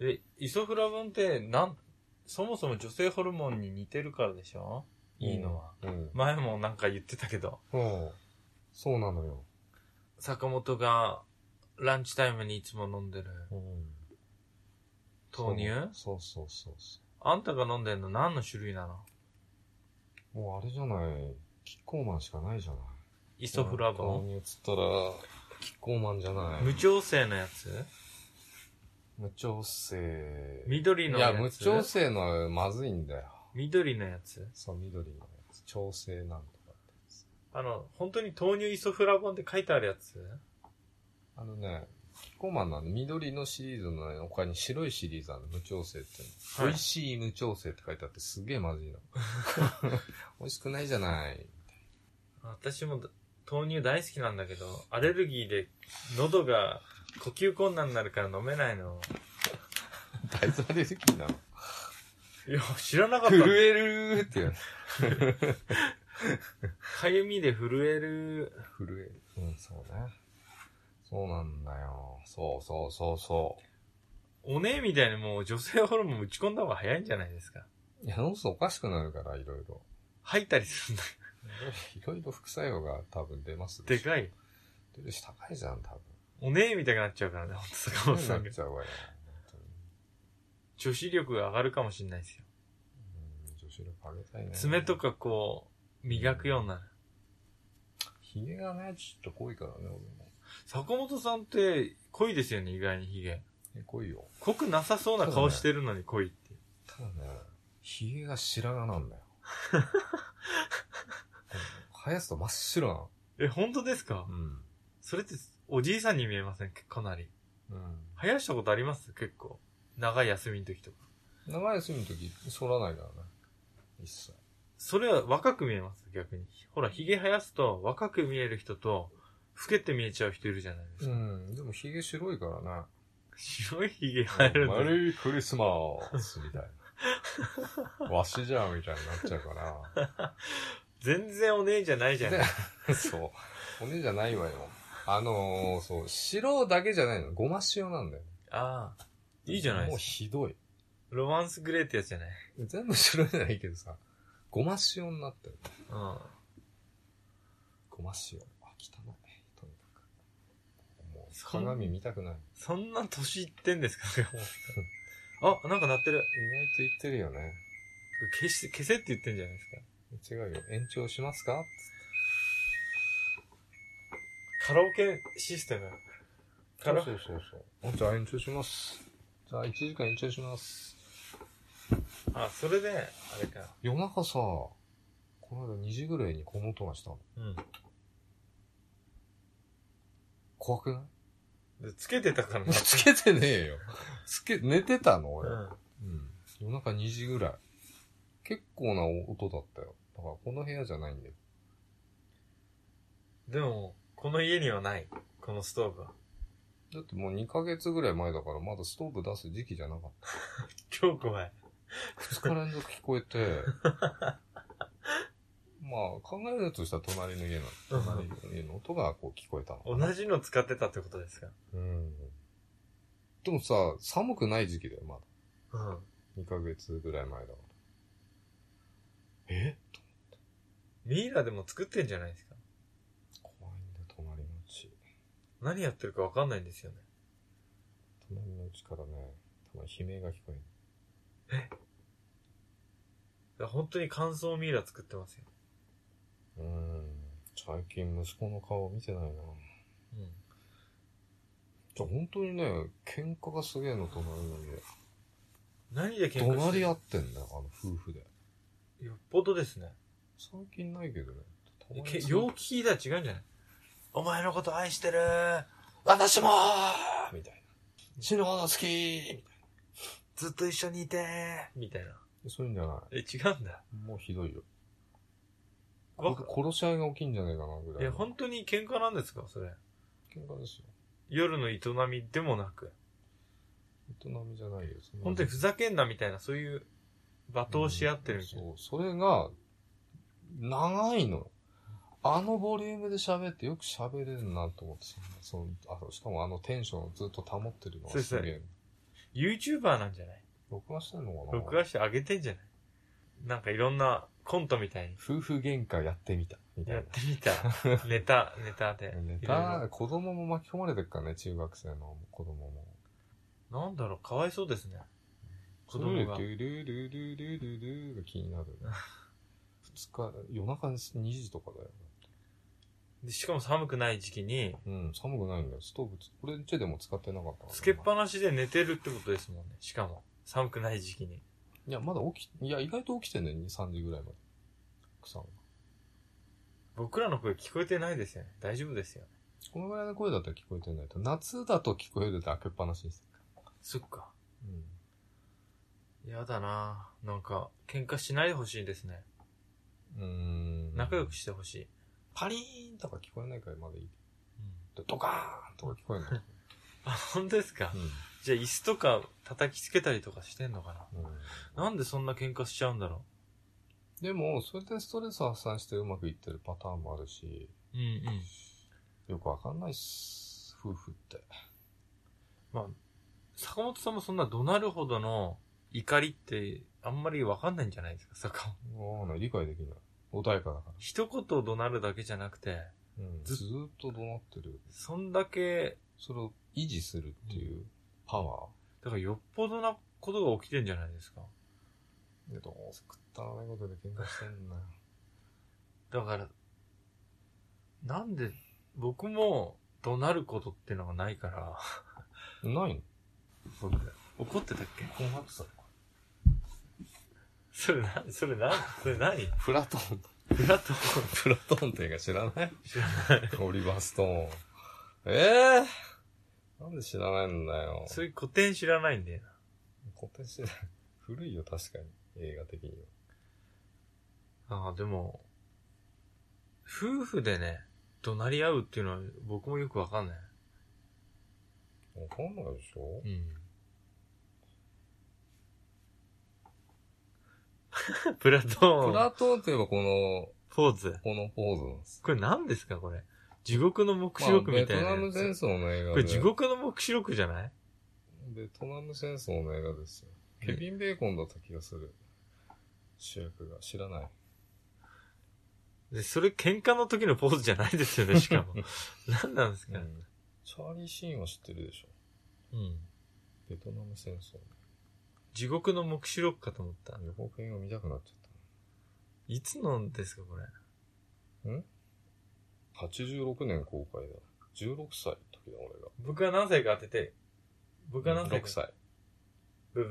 [SPEAKER 1] で、イソフラボンって、なん、そもそも女性ホルモンに似てるからでしょいいのは。
[SPEAKER 2] うん。
[SPEAKER 1] 前もなんか言ってたけど、
[SPEAKER 2] うん。そうなのよ。
[SPEAKER 1] 坂本がランチタイムにいつも飲んでる
[SPEAKER 2] うん。
[SPEAKER 1] 豆乳
[SPEAKER 2] そうそうそうそ
[SPEAKER 1] あんたが飲んでんの何の種類なの
[SPEAKER 2] う。もうあれじゃない。キッコーマンしかないじゃない。
[SPEAKER 1] イソフラボン。
[SPEAKER 2] 豆乳っつったら、キッコーマンじゃない。
[SPEAKER 1] 無調整のやつ
[SPEAKER 2] 無調整。
[SPEAKER 1] 緑の
[SPEAKER 2] い
[SPEAKER 1] や
[SPEAKER 2] や、
[SPEAKER 1] つ
[SPEAKER 2] 無調整のはまずいんだよ。
[SPEAKER 1] 緑のやつ
[SPEAKER 2] そう、緑のやつ。調整なんとかってやつ。
[SPEAKER 1] あの、本当に豆乳イソフラボンって書いてあるやつ
[SPEAKER 2] あのね、キッコーマンのあの緑のシリーズの、ね、他に白いシリーズあるの無調整っていうの、
[SPEAKER 1] はい
[SPEAKER 2] 美味しい無調整って書いてあってすげえまずい の。美味しくないじゃない。
[SPEAKER 1] 私も豆乳大好きなんだけど、アレルギーで喉が呼吸困難になるから飲めないの。
[SPEAKER 2] 大豆アレルギーなの。
[SPEAKER 1] いや、知らなかった。
[SPEAKER 2] 震えるーって言うの。
[SPEAKER 1] かゆみで震える。
[SPEAKER 2] 震える。うん、そうね。そうなんだよ。そうそうそうそ
[SPEAKER 1] おねえみたいにもう女性ホルモン打ち込んだ方が早いんじゃないですか。
[SPEAKER 2] う。いや、そうするとおかしくなるから、いろいろ。
[SPEAKER 1] 吐いたりするんだ。
[SPEAKER 2] いろいろ副作用が多分出ます
[SPEAKER 1] で
[SPEAKER 2] でしょ
[SPEAKER 1] かい。
[SPEAKER 2] 出るし高いじゃん、多分。
[SPEAKER 1] おねえみたいになっちゃうからね、ほんと坂本さ
[SPEAKER 2] なん っ
[SPEAKER 1] が。
[SPEAKER 2] ちゃうわよ。本
[SPEAKER 1] 女子力が上がるかもしれないですよ。
[SPEAKER 2] 当にうん女子力上げたいね。
[SPEAKER 1] 爪と。かこう、磨くようになる。
[SPEAKER 2] ヒゲがね、ちょっと濃いからね、俺も。
[SPEAKER 1] 坂本さんって濃いですよね、意外にヒゲ。
[SPEAKER 2] え、濃いよ。
[SPEAKER 1] 濃くなさそうな顔してるのに濃いっていう。
[SPEAKER 2] ただね、ヒゲが白髪な んだよ。うん生やすと真っ白なの。
[SPEAKER 1] え、本当ですか
[SPEAKER 2] うん。
[SPEAKER 1] それって、おじいさんに見えませんかなり。
[SPEAKER 2] うん。
[SPEAKER 1] 生やしたことあります結構。長い休みの時とか。
[SPEAKER 2] 長い休みの時、剃らないからね。一切。
[SPEAKER 1] それは若く見えます逆に。ほら、髭生やすと若く見える人と、老けて見えちゃう人いるじゃないです
[SPEAKER 2] う
[SPEAKER 1] か。
[SPEAKER 2] ん。でもヒゲ白いからね。
[SPEAKER 1] 白い髭生えるん
[SPEAKER 2] マ
[SPEAKER 1] だよ。
[SPEAKER 2] リークリスマスみたい な。わしじゃんみたいになっちゃうから。
[SPEAKER 1] 全然お姉じゃないじゃない。
[SPEAKER 2] そう。骨じゃないわよ。あのー、そう、白だけじゃないの。ごま塩なんだよ。
[SPEAKER 1] ああ。いいじゃない
[SPEAKER 2] も
[SPEAKER 1] で
[SPEAKER 2] う
[SPEAKER 1] すか。
[SPEAKER 2] ひどい。
[SPEAKER 1] ロマンスグレーってやつじゃない。
[SPEAKER 2] 全部白じゃないけどさ、ごま塩になってる。
[SPEAKER 1] うん。
[SPEAKER 2] ごま塩。あ、汚い。とにかく。もう、
[SPEAKER 1] そん
[SPEAKER 2] 鏡見たくない。
[SPEAKER 1] そんな年いってんですか坂本さんあ、なんか鳴ってる。
[SPEAKER 2] 意外と言ってるよね。
[SPEAKER 1] 消して、消せって言ってんじゃないですか。
[SPEAKER 2] 違うよ。延長しますか
[SPEAKER 1] カラオケシステム。カラオ
[SPEAKER 2] そ
[SPEAKER 1] ケ。
[SPEAKER 2] うそうそうそう。じゃあ延長します。じゃあ1時間延長します。
[SPEAKER 1] あ、それで、あれか。
[SPEAKER 2] 夜中さ、この間2時ぐらいにこの音がしたの。
[SPEAKER 1] うん。
[SPEAKER 2] 怖くない
[SPEAKER 1] でつけてた からな
[SPEAKER 2] つけてねえよ。つけ、寝てたの
[SPEAKER 1] う
[SPEAKER 2] 俺。
[SPEAKER 1] ん。
[SPEAKER 2] うん。夜中2時ぐらい。結構な音だったよ。だからこの部屋じゃないんだよ。
[SPEAKER 1] でも、この家にはない。このストーブは。
[SPEAKER 2] だってもう2ヶ月ぐらい前だからまだストーブ出す時期じゃなか った。
[SPEAKER 1] 超怖い。
[SPEAKER 2] 2日連続聞こえて。 まあ考えるとしたら隣の家なの。隣の家の音がこう聞こえたのかな。
[SPEAKER 1] 同じの使ってたってことですか
[SPEAKER 2] うん。でもさ、寒くない時期だよ、まだ。
[SPEAKER 1] うん。
[SPEAKER 2] 2ヶ月ぐらい前だから。え
[SPEAKER 1] ミイラでも作ってんじゃないですか
[SPEAKER 2] 怖いんだよ、隣のうち。
[SPEAKER 1] 何やってるかわかんないんですよね。
[SPEAKER 2] 隣のうちからね、たまに悲鳴が聞こえる。
[SPEAKER 1] だから本当に乾燥ミイラ作ってますよ。
[SPEAKER 2] うーん。最近息子の顔を見てないな。
[SPEAKER 1] うん。
[SPEAKER 2] じゃ、本当にね、喧嘩がすげえの、隣の家。
[SPEAKER 1] 何で喧嘩
[SPEAKER 2] 怒鳴
[SPEAKER 1] して
[SPEAKER 2] り
[SPEAKER 1] る
[SPEAKER 2] 合ってんだよ、あの夫婦で。
[SPEAKER 1] よっぽどですね。
[SPEAKER 2] 最近ないけどね。たまに
[SPEAKER 1] けよう聞いたら違うんじゃないお前のこと愛してる
[SPEAKER 2] 私もーみたいな。死ぬほど好きーみたい
[SPEAKER 1] ずっと一緒にいてみたいな。
[SPEAKER 2] な。そういうんじゃな
[SPEAKER 1] え、違うんだ。
[SPEAKER 2] い。もうひどいよ。
[SPEAKER 1] わ
[SPEAKER 2] 僕殺し合いが起きんじゃねえかな、ぐらい。
[SPEAKER 1] え、本当に喧嘩なんですかそれ。
[SPEAKER 2] 喧嘩ですよ。
[SPEAKER 1] 夜の営みでもなく。
[SPEAKER 2] 営みじゃないよ。そんな
[SPEAKER 1] 本当にふざけんなみたいな、そういう罵倒し合ってるみたいな。
[SPEAKER 2] そう。それが、長いの。あのボリュームで喋ってよく喋れるなと思ってさそのあのしかもあのテンションをずっと保ってるの
[SPEAKER 1] そう
[SPEAKER 2] が
[SPEAKER 1] です
[SPEAKER 2] すげえ。
[SPEAKER 1] YouTuber なんじゃない
[SPEAKER 2] 録画してんのかな
[SPEAKER 1] 録画してあげてんじゃないなんかいろんなコントみたいに。
[SPEAKER 2] 夫婦喧嘩やってみた。みたい
[SPEAKER 1] やってみ た。ネタ、ネタで
[SPEAKER 2] な。。ネ
[SPEAKER 1] いろい
[SPEAKER 2] タ、子供も巻き込まれてるからね、中学生の子供も。
[SPEAKER 1] ろなんだろう、かわいそうですね。子
[SPEAKER 2] ル
[SPEAKER 1] 供
[SPEAKER 2] ー
[SPEAKER 1] が。
[SPEAKER 2] ルルルルルルルルが気になるね。二日、夜中に2時とかだよ。
[SPEAKER 1] でしかも寒くない時期に、
[SPEAKER 2] うん、寒くないんだよ。ストーブつ、これ家でも使ってなかったからな
[SPEAKER 1] つけっぱなしで寝てるってことですもんね。しかも、寒くない時期に。
[SPEAKER 2] いや、まだ起き、いや、意外と起きてんね2、3時ぐらいまで。奥さんが。
[SPEAKER 1] 僕らの声聞こえてないですよね。大丈夫ですよ。
[SPEAKER 2] このぐらいの声だったら聞こえてないと。夏だと聞こえると開けっぱなしにする。
[SPEAKER 1] そっか。
[SPEAKER 2] うん。
[SPEAKER 1] やだなぁなんか、喧嘩しないでほしいですね。
[SPEAKER 2] うーん。
[SPEAKER 1] 仲良くしてほしい。
[SPEAKER 2] パリーンとか聞こえないからまだいい。
[SPEAKER 1] うん
[SPEAKER 2] ドカーンとか聞こえない。
[SPEAKER 1] あ、本当ですかじゃあ椅子とか叩きつけたりとかしてんのか
[SPEAKER 2] うん。うん
[SPEAKER 1] ななんでそんな喧嘩しちゃうんだろ
[SPEAKER 2] でも、それでストレス発散してうまくいってるパターンもあるし、
[SPEAKER 1] ううんうん。
[SPEAKER 2] よくわかんないっす。夫婦って。
[SPEAKER 1] まあ、坂本さんもそんな怒鳴るほどの怒りってあんまりわかんないんじゃないですか、坂本。
[SPEAKER 2] わかんない。理解できない。穏やかだか
[SPEAKER 1] 一言怒鳴るだけじゃなくて、
[SPEAKER 2] ら。うん。ず
[SPEAKER 1] ず
[SPEAKER 2] ーっと怒鳴ってる。
[SPEAKER 1] そんだけ、
[SPEAKER 2] それを維持するっていうパワー。
[SPEAKER 1] だからよっぽどなことが起きてんじゃないですか。
[SPEAKER 2] で、どうせくったらないことで喧嘩してんな。
[SPEAKER 1] だから、なんで、僕も怒鳴ることってのがないから、
[SPEAKER 2] ないの
[SPEAKER 1] 僕、怒ってたっけ
[SPEAKER 2] 紅白さ。
[SPEAKER 1] それな、それな、それ何
[SPEAKER 2] プラト ン。
[SPEAKER 1] フラット
[SPEAKER 2] プラトンって映画知らない
[SPEAKER 1] 知らない。
[SPEAKER 2] オリバーストーン。ええー、なんで知らないんだよ。
[SPEAKER 1] そういう古典知らないんだよな。
[SPEAKER 2] 古典知らない。古いよ、確かに。映画的には。
[SPEAKER 1] ああ、でも、夫婦でね、怒鳴り合うっていうのは僕もよくわかんない。
[SPEAKER 2] わかんないでしょ
[SPEAKER 1] うん。 プラトーン。
[SPEAKER 2] プラトンといえばこの、
[SPEAKER 1] ポーズ。
[SPEAKER 2] このポーズなんです。
[SPEAKER 1] これ何ですかこれ。地獄の目視
[SPEAKER 2] まあ、
[SPEAKER 1] 録
[SPEAKER 2] ベ
[SPEAKER 1] みた
[SPEAKER 2] ト
[SPEAKER 1] いなや
[SPEAKER 2] ナム
[SPEAKER 1] つ。
[SPEAKER 2] 戦争の映画で。
[SPEAKER 1] これ地獄の目視録じゃない
[SPEAKER 2] ベトナム戦争の映画ですよ。
[SPEAKER 1] うん
[SPEAKER 2] ケビン・ベーコンだった気がする。主役が。知らない。
[SPEAKER 1] で、それ喧嘩の時のポーズじゃないですよね、しか も。何なんですか、
[SPEAKER 2] うんチャーリー・シーンは知ってるでしょ。
[SPEAKER 1] うん、
[SPEAKER 2] ベトナム戦争。
[SPEAKER 1] 地獄の目視録かと思った。
[SPEAKER 2] 予告編を見たくなっちゃっ
[SPEAKER 1] いつのですか、これ。
[SPEAKER 2] た。86年公開だ。16歳の時だ、俺が。
[SPEAKER 1] 僕は何歳か当てて。僕は何歳か。
[SPEAKER 2] 6。歳。
[SPEAKER 1] ブ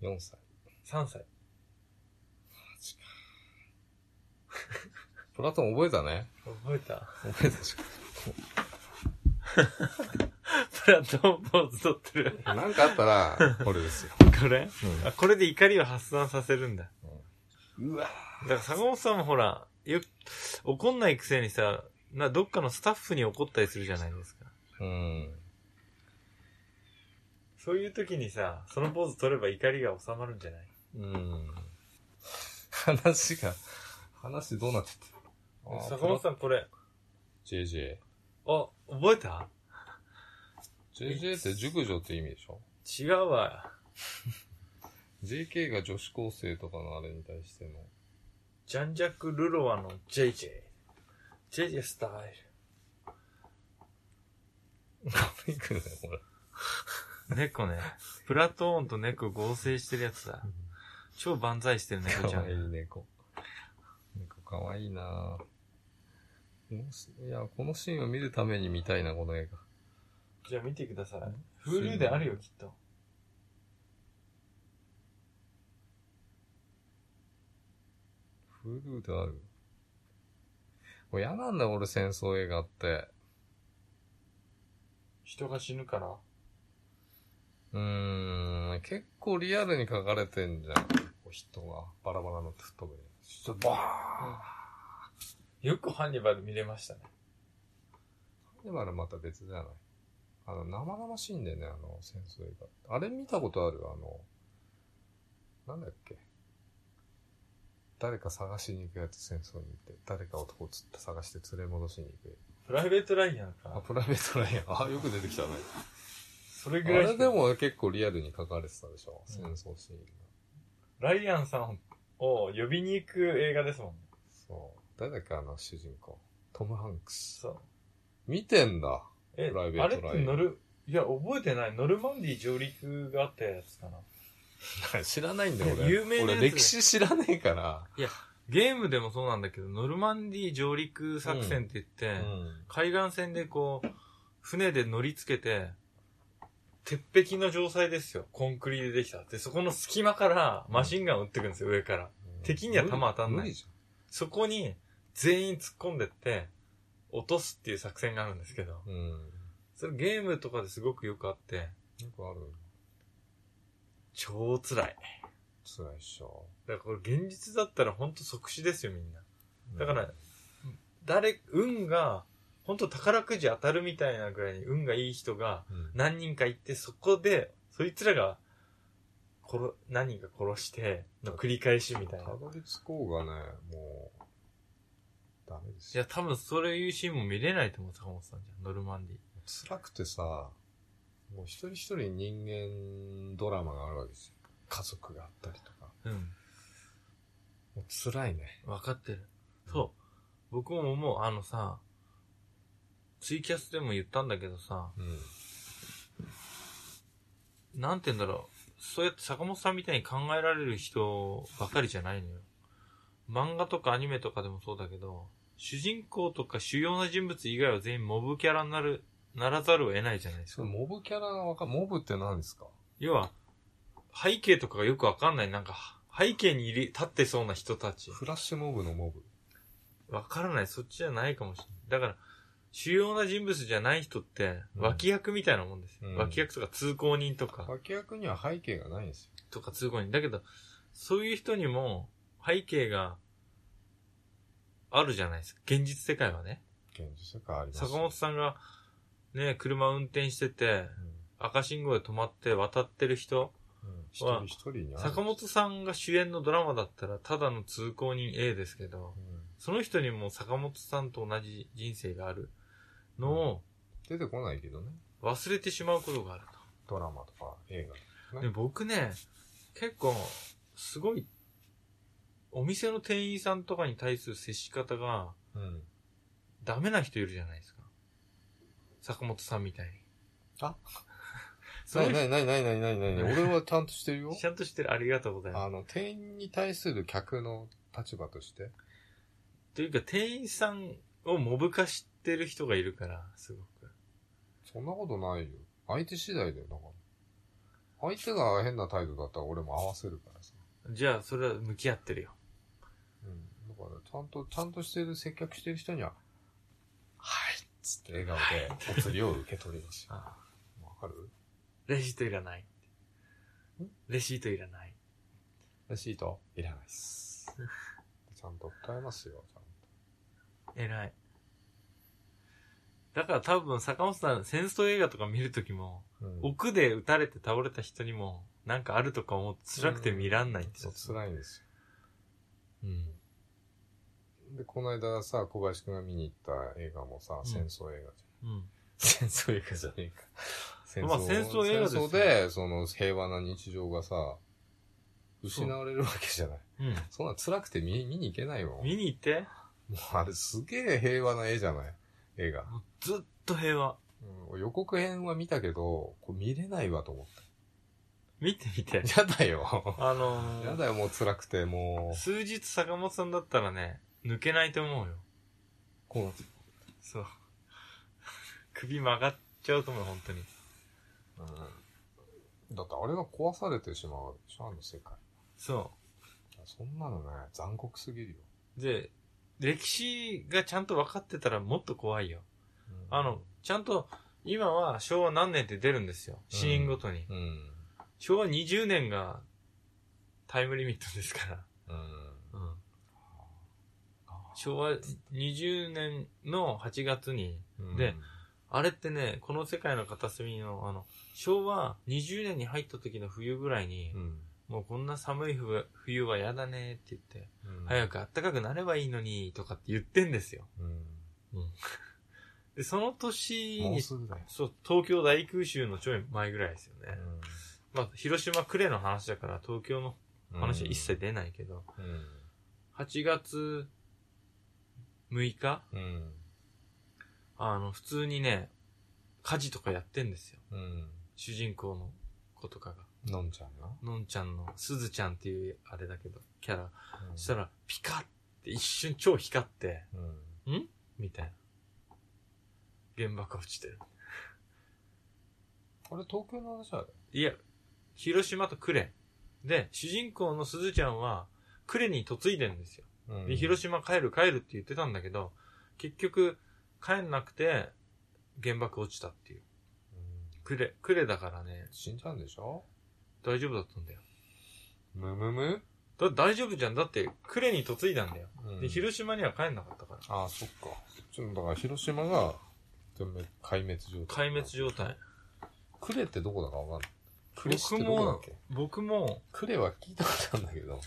[SPEAKER 1] ブ
[SPEAKER 2] 4歳。
[SPEAKER 1] ー。3歳。
[SPEAKER 2] プラトン覚えたね。
[SPEAKER 1] 覚えた
[SPEAKER 2] 覚えたでしょ。
[SPEAKER 1] プラットフォームポーズ撮ってる。
[SPEAKER 2] なんかあったら、これですよ。
[SPEAKER 1] これあ、これで怒りを発散させるんだ。
[SPEAKER 2] うわ
[SPEAKER 1] だから坂本さんもほら、よく、怒んないくせにさ、な、どっかのスタッフに怒ったりするじゃないですか。
[SPEAKER 2] うん。
[SPEAKER 1] そういう時にさ、そのポーズ取れば怒りが収まるんじゃない
[SPEAKER 2] うん。話が、話どうなってた
[SPEAKER 1] 坂本
[SPEAKER 2] ん。
[SPEAKER 1] さんこれ、
[SPEAKER 2] JJ。
[SPEAKER 1] あ、覚えた
[SPEAKER 2] JJ って熟女って意味でしょ
[SPEAKER 1] 違うわ。
[SPEAKER 2] ?JK が女子高生とかのあれに対しての。
[SPEAKER 1] ジャンジャック・ルロワの JJ。JJ スタイ
[SPEAKER 2] いくね、ほら。
[SPEAKER 1] ル。猫ね。プラトーンと猫合成してるやつだ。超万歳してる猫ち
[SPEAKER 2] か
[SPEAKER 1] ゃ
[SPEAKER 2] わいい
[SPEAKER 1] ん。
[SPEAKER 2] 猫。猫かわいいなぁ。このシいや、このシーンを見るために見たいな、この映画。
[SPEAKER 1] じゃあ見てください。
[SPEAKER 2] Hulu であるよ
[SPEAKER 1] きっと。
[SPEAKER 2] フルである。もう嫌なんだよ、俺、戦争映画って。
[SPEAKER 1] 人が死ぬから。
[SPEAKER 2] うーん、結構リアルに描かれてんじゃん。こう人がバラバラの吹っ飛ぶね。ちょっとバ
[SPEAKER 1] よくハンニバル見れましたね。
[SPEAKER 2] ーン今のまた別じゃない。あの、生々しいんだよね、あの、戦争映画。あれ見たことあるあの、なんだっけ。誰か探しに行くやつ戦争に行って、誰か男をつって探して連れ戻しに行く。
[SPEAKER 1] プライベートライアン
[SPEAKER 2] あ、
[SPEAKER 1] か。
[SPEAKER 2] プライベートライ アン。あ、よく出てきたね。
[SPEAKER 1] それ
[SPEAKER 2] あ
[SPEAKER 1] ぐらいし
[SPEAKER 2] れ
[SPEAKER 1] か
[SPEAKER 2] でも結構リアルに書かれてたでしょ、
[SPEAKER 1] うん
[SPEAKER 2] 戦争シーンが。
[SPEAKER 1] ライアンさんを呼びに行く映画ですもんね。
[SPEAKER 2] そう。誰だっけ、あの主人公。トム・ハンクス。
[SPEAKER 1] そう。
[SPEAKER 2] 見てんだ。
[SPEAKER 1] え
[SPEAKER 2] プライ、ベ
[SPEAKER 1] あ
[SPEAKER 2] ー
[SPEAKER 1] れ
[SPEAKER 2] ト
[SPEAKER 1] って
[SPEAKER 2] ライアン
[SPEAKER 1] ノル、いや、覚えてない。ノルマンディ上陸があったやつかな。
[SPEAKER 2] 知らないんだよ、
[SPEAKER 1] いや
[SPEAKER 2] 俺。
[SPEAKER 1] 有名なやつ
[SPEAKER 2] 俺、歴史知らねえから。
[SPEAKER 1] ゲームでもそうなんだけど、ノルマンディ上陸作戦って言って、
[SPEAKER 2] うん。
[SPEAKER 1] 海岸線でこう、船で乗り付けて、鉄壁の城塞ですよ。コンクリでできた。で、そこの隙間からマシンガン撃ってくんですよ、上から。敵には弾当たんない
[SPEAKER 2] 無理じ
[SPEAKER 1] そこに全員突っ込んでって、落とすっていう作戦があるんですけど、
[SPEAKER 2] ゃん。うん。
[SPEAKER 1] それゲームとかですごくよくあって、
[SPEAKER 2] よくある。
[SPEAKER 1] 超辛い。だか
[SPEAKER 2] 辛いっしょ。
[SPEAKER 1] らこれ現実だったらほんと即死ですよ、みんな。
[SPEAKER 2] うん
[SPEAKER 1] だから、誰、運が、ほんと宝くじ当たるみたいなぐらいに運がいい人が
[SPEAKER 2] うん
[SPEAKER 1] 何人か行って、そこで、そいつらが、殺、何人か殺して、の繰り返しみたいな
[SPEAKER 2] た。どり着こうがね、もう、ダメです
[SPEAKER 1] い
[SPEAKER 2] よ
[SPEAKER 1] や、。多分そういうシーンも見れないと思う、坂本さんじゃん。ノルマンディ。
[SPEAKER 2] 辛くてさ、もう一人一人人間ドラマがあるわけですよ。家族があったりとか。
[SPEAKER 1] うん。
[SPEAKER 2] もう辛いね。
[SPEAKER 1] わかってる。そう。僕ももう、あのさ、ツイキャスでも言ったんだけどさ、
[SPEAKER 2] うん。
[SPEAKER 1] なんて言うんだろう。そうやって坂本さんみたいに考えられる人ばかりじゃないのよ。漫画とかアニメとかでもそうだけど、主人公とか主要な人物以外は全員モブキャラになる、ならざるを得ないじゃないです
[SPEAKER 2] そ
[SPEAKER 1] か
[SPEAKER 2] の。モブキャラがわかん、モブって何ですか
[SPEAKER 1] 要は、背景とかがよくわかんない。なんか、背景に入り立ってそうな人たち。
[SPEAKER 2] フラッシュモブのモブ。
[SPEAKER 1] わからない。そっちじゃないかもしれない。だから、主要な人物じゃない人って、
[SPEAKER 2] うん
[SPEAKER 1] 脇役みたいなもんですよ。
[SPEAKER 2] うん
[SPEAKER 1] 脇役とか通行人とか、
[SPEAKER 2] 脇役には背景がないんですよ。
[SPEAKER 1] とか通行人。だけど、そういう人にも背景があるじゃないですか。現実世界はね。
[SPEAKER 2] 現実世界ありますよ
[SPEAKER 1] 坂本さんが、ね、車運転してて、赤信号で止まって渡ってる人。
[SPEAKER 2] うん一人一人にある
[SPEAKER 1] 坂本さんが主演のドラマだったら、ただの通行人 A ですけど、
[SPEAKER 2] うん
[SPEAKER 1] その人にも坂本さんと同じ人生があるのを、
[SPEAKER 2] 出てこないけどね
[SPEAKER 1] 忘れてしまうことがある
[SPEAKER 2] ドラマとか映画
[SPEAKER 1] と。で、僕ね、結構、すごい、お店の店員さんとかに対する接し方が、
[SPEAKER 2] うん
[SPEAKER 1] ダメな人いるじゃないですか。坂本さんみたいに。
[SPEAKER 2] あ
[SPEAKER 1] そ
[SPEAKER 2] な
[SPEAKER 1] う
[SPEAKER 2] い
[SPEAKER 1] い
[SPEAKER 2] な
[SPEAKER 1] う
[SPEAKER 2] いないないないないない俺はちゃんとして るよ
[SPEAKER 1] ちゃんとしてる。ありがとうございます。
[SPEAKER 2] あの店員に対する客の立場として
[SPEAKER 1] というか、店員さんをモブ化してる人がいるから、すごく。
[SPEAKER 2] そんなことないよ相手次第だよだから相手が変な態度だったら俺も合わせるからさ、
[SPEAKER 1] じゃあ、それは向き合ってるよ。
[SPEAKER 2] うん、だからちゃんとちゃんとしてる接客してる人には「はい」っつつって笑顔でお釣りを受け取りますよ。
[SPEAKER 1] あ
[SPEAKER 2] わかる
[SPEAKER 1] レシートいらない。レシートいらない。
[SPEAKER 2] レシートいらないっす。ちゃんと答えますよ、ちゃん
[SPEAKER 1] 偉い。だから多分坂本さん戦争映画とか見るときも、
[SPEAKER 2] と。うん
[SPEAKER 1] 奥で撃たれて倒れた人にも、なんかあるとか思って辛くて見らんないって
[SPEAKER 2] そ
[SPEAKER 1] や
[SPEAKER 2] う、
[SPEAKER 1] つ。
[SPEAKER 2] 辛いんです
[SPEAKER 1] うん。
[SPEAKER 2] よ。で、この間さ、小林くんが見に行った映画もさ、
[SPEAKER 1] ん
[SPEAKER 2] 戦争映画
[SPEAKER 1] うん。
[SPEAKER 2] じ ゃん。戦争映画じゃねえか。戦
[SPEAKER 1] まあ戦争映画です
[SPEAKER 2] 戦
[SPEAKER 1] よ
[SPEAKER 2] 争で、その平和な日常がさ、失われるわけじゃない。
[SPEAKER 1] うん。
[SPEAKER 2] そんな辛くて見見に行けないもん。
[SPEAKER 1] 見に行って、
[SPEAKER 2] もうあれすげえ平和な絵じゃない映画。
[SPEAKER 1] もうずっと平和。
[SPEAKER 2] うん、予告編は見たけど、これ見れないわと思っ
[SPEAKER 1] 見てみて。
[SPEAKER 2] た。やだよ。
[SPEAKER 1] あの
[SPEAKER 2] や
[SPEAKER 1] ー、
[SPEAKER 2] だよ、もう辛くて、もう。
[SPEAKER 1] 数日坂本さんだったらね、抜けないと思うよ。
[SPEAKER 2] こう
[SPEAKER 1] そう。 首曲がっちゃうと思うよ、本当に。
[SPEAKER 2] うん、だってあれが壊されてしまうでしょ、あの世界。
[SPEAKER 1] そ
[SPEAKER 2] そんなのね、残酷すぎるよ。
[SPEAKER 1] う。で、歴史がちゃんと分かってたらもっと怖いよ。あの、ちゃんと、今は昭和何年って出るんですよ。シーンごとに。
[SPEAKER 2] うん、
[SPEAKER 1] 昭和20年がタイムリミットですから。
[SPEAKER 2] うん。
[SPEAKER 1] 昭和20年の8月に、
[SPEAKER 2] うん。
[SPEAKER 1] であれってね、この世界の片隅の、あの、昭和20年に入った時の冬ぐらいに、
[SPEAKER 2] うん、
[SPEAKER 1] もうこんな寒い冬冬は嫌だねって言って、
[SPEAKER 2] うん。
[SPEAKER 1] 早く暖かくなればいいのに、とかって言ってんですよ。
[SPEAKER 2] うん。
[SPEAKER 1] で、その年
[SPEAKER 2] もう
[SPEAKER 1] に、
[SPEAKER 2] すぐだよ。
[SPEAKER 1] そう、東京大空襲のちょい前ぐらいですよね。
[SPEAKER 2] うん
[SPEAKER 1] まあ、広島呉の話だから、東京の話は一切出ないけど、
[SPEAKER 2] うん。
[SPEAKER 1] 8月6日、
[SPEAKER 2] うん。
[SPEAKER 1] あの、普通にね、家事とかやってんですよ。
[SPEAKER 2] うん。
[SPEAKER 1] 主人公の子とかが。
[SPEAKER 2] 飲んじゃうな。
[SPEAKER 1] のんちゃんの、すずちゃんっていう、あれだけど、キャラ。
[SPEAKER 2] うん
[SPEAKER 1] そしたら、ピカって一瞬超光って、
[SPEAKER 2] うん。
[SPEAKER 1] みたいな。原爆落ちてる。
[SPEAKER 2] これ東京の話だよ。
[SPEAKER 1] いや、広島と呉。で、主人公のすずちゃんは、呉に嫁いでるんですよ。
[SPEAKER 2] う
[SPEAKER 1] で、広島帰る帰るって言ってたんだけど、結局、帰んなくて、原爆落ちたっていう。
[SPEAKER 2] うん
[SPEAKER 1] 呉、呉だからね、
[SPEAKER 2] 死んじゃうんでしょ
[SPEAKER 1] 大丈夫だったんだよ。
[SPEAKER 2] むむむ
[SPEAKER 1] だ大丈夫じゃん。だって、呉に嫁いだんだよ。
[SPEAKER 2] うん
[SPEAKER 1] で、広島には帰んなかったから。
[SPEAKER 2] ああ、そっか。ちょっとだから広島が全滅壊滅状態。
[SPEAKER 1] 壊滅状態。
[SPEAKER 2] クレってどこだかわかんない。クレ市っ
[SPEAKER 1] 僕
[SPEAKER 2] てどこだっ
[SPEAKER 1] も
[SPEAKER 2] け、
[SPEAKER 1] 僕も、
[SPEAKER 2] クレは聞いたことあるんだけど、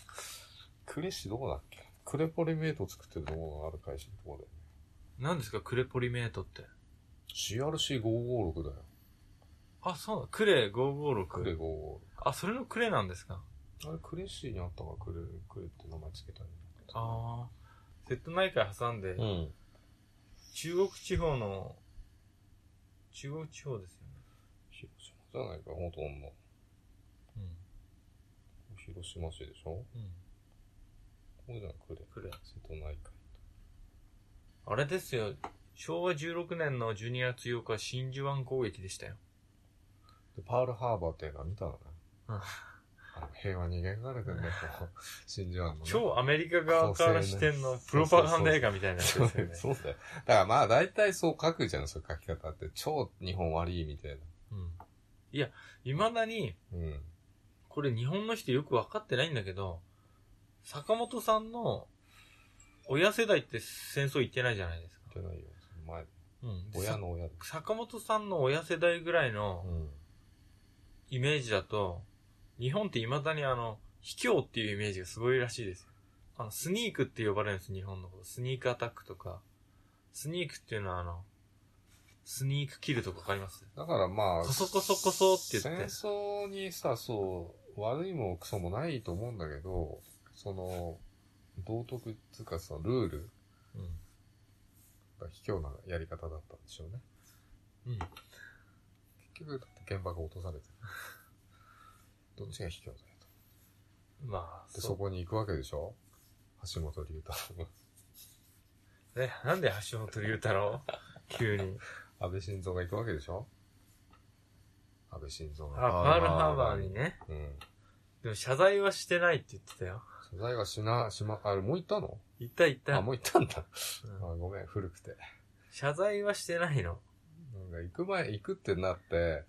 [SPEAKER 2] クレ市どこだっけクレポリメイト作ってるところがある会社のところで。
[SPEAKER 1] 何ですか、呉ポリメートって。
[SPEAKER 2] CRC556 だよ。
[SPEAKER 1] あ、そうだ、クレ
[SPEAKER 2] クレ
[SPEAKER 1] 556。
[SPEAKER 2] 556。
[SPEAKER 1] あ、それのクレなんですか。
[SPEAKER 2] あれ、クレ市にあったからクレ、クレって名前つけたんだ
[SPEAKER 1] ああ。瀬戸内海挟んで
[SPEAKER 2] う、ん。
[SPEAKER 1] 中国地方の、中国地方ですよね。
[SPEAKER 2] 広島じゃないか、ほとんど。広島市でしょ
[SPEAKER 1] うん。うん。
[SPEAKER 2] これじゃん、クレ。
[SPEAKER 1] クレ。
[SPEAKER 2] 瀬戸内海。
[SPEAKER 1] あれですよ。昭和16年の12月8日、真珠湾攻撃でしたよ。
[SPEAKER 2] で、パールハーバーって映画見たのね。
[SPEAKER 1] うん
[SPEAKER 2] あの平和に描かれ てるね、こう、真珠湾のね。
[SPEAKER 1] 超アメリカ側から視点のプロパガンダ映画みたいなやつ
[SPEAKER 2] そ
[SPEAKER 1] ですよね。
[SPEAKER 2] うそうだよ。だからまあ大体そう書くじゃん、そういう書き方って。超日本悪いみたいな。
[SPEAKER 1] うん。いや、未だに、
[SPEAKER 2] うん。
[SPEAKER 1] これ日本の人よく分かってないんだけど、坂本さんの親世代って戦争行ってないじゃないですか。
[SPEAKER 2] じゃないよ。その前、
[SPEAKER 1] うん。で
[SPEAKER 2] 親
[SPEAKER 1] さ
[SPEAKER 2] の親で。
[SPEAKER 1] 坂本さんの親世代ぐらいうの
[SPEAKER 2] ん。
[SPEAKER 1] イメージだと、日本って未だにあの、卑怯っていうイメージがすごいらしいですよ。あの、スニークって呼ばれるんです、日本のこと。スニークアタックとか。スニークっていうのはあの、スニークキルとかわかります
[SPEAKER 2] だからまあ、
[SPEAKER 1] こそこそこそって言って。
[SPEAKER 2] 戦争にさ、そう、悪いもクソもないと思うんだけど、その、道徳っていうかそのルール
[SPEAKER 1] うん。
[SPEAKER 2] が卑怯なやり方だったんでしょうね。
[SPEAKER 1] うん。
[SPEAKER 2] 結局、だって原爆落とされてる。 どっちが卑怯だよと。
[SPEAKER 1] まあ、
[SPEAKER 2] で、
[SPEAKER 1] う
[SPEAKER 2] そこに行くわけでしょ橋本龍太郎が。
[SPEAKER 1] ね、なんで橋本龍太 郎急に。
[SPEAKER 2] 安倍晋三が行くわけでしょ安倍晋三
[SPEAKER 1] あ、
[SPEAKER 2] が。
[SPEAKER 1] パールハーバーに。ね。
[SPEAKER 2] うん。
[SPEAKER 1] でも謝罪はしてないって言ってたよ。
[SPEAKER 2] 謝罪はしな、しま、あれもう行ったの
[SPEAKER 1] 言った言った。
[SPEAKER 2] あ、もう行ったんだ。
[SPEAKER 1] うん
[SPEAKER 2] あごめん、古くて。
[SPEAKER 1] 謝罪はしてないの。
[SPEAKER 2] なんか行く前、行くってなって、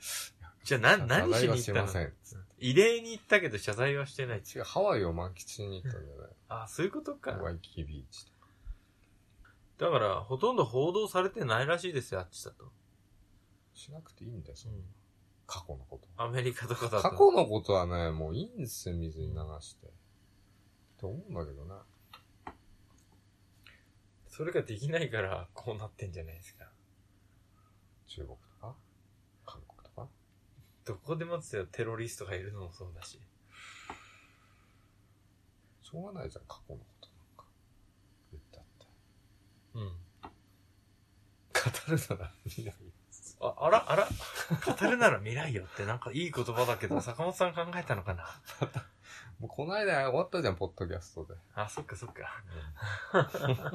[SPEAKER 1] じゃあ、な、何
[SPEAKER 2] 謝
[SPEAKER 1] し
[SPEAKER 2] 罪は
[SPEAKER 1] に行
[SPEAKER 2] し
[SPEAKER 1] った
[SPEAKER 2] ま
[SPEAKER 1] の
[SPEAKER 2] せん。つっ
[SPEAKER 1] 異例に行ったけど謝罪はしてない。
[SPEAKER 2] て違う、ハワイを満喫しに行ったんじゃ
[SPEAKER 1] あ、そういうことか
[SPEAKER 2] ない。ワイキキビーチとか。
[SPEAKER 1] だから、ほとんど報道されてないらしいですよ、あっちだと。
[SPEAKER 2] しなくていいんだよ、その過去のこと。
[SPEAKER 1] アメリカとかだと。
[SPEAKER 2] 過去のことはね、もういいんですよ、水に流して。と思うんだけどな。
[SPEAKER 1] それができないから、こうなってんじゃないですか。
[SPEAKER 2] 中国とか、韓国とか。
[SPEAKER 1] どこでもですよ、テロリストがいるのもそうだし。
[SPEAKER 2] しょうがないじゃん、過去のことなんか。言ったって。
[SPEAKER 1] うん。
[SPEAKER 2] 語るなら見ない。
[SPEAKER 1] あ、あら、あら、語るなら未来よってなんかいい言葉だけ ど、坂本さん考えたのかな
[SPEAKER 2] もうこの間終わったじゃん、ポッドキャストで。
[SPEAKER 1] あ、そっかそっか。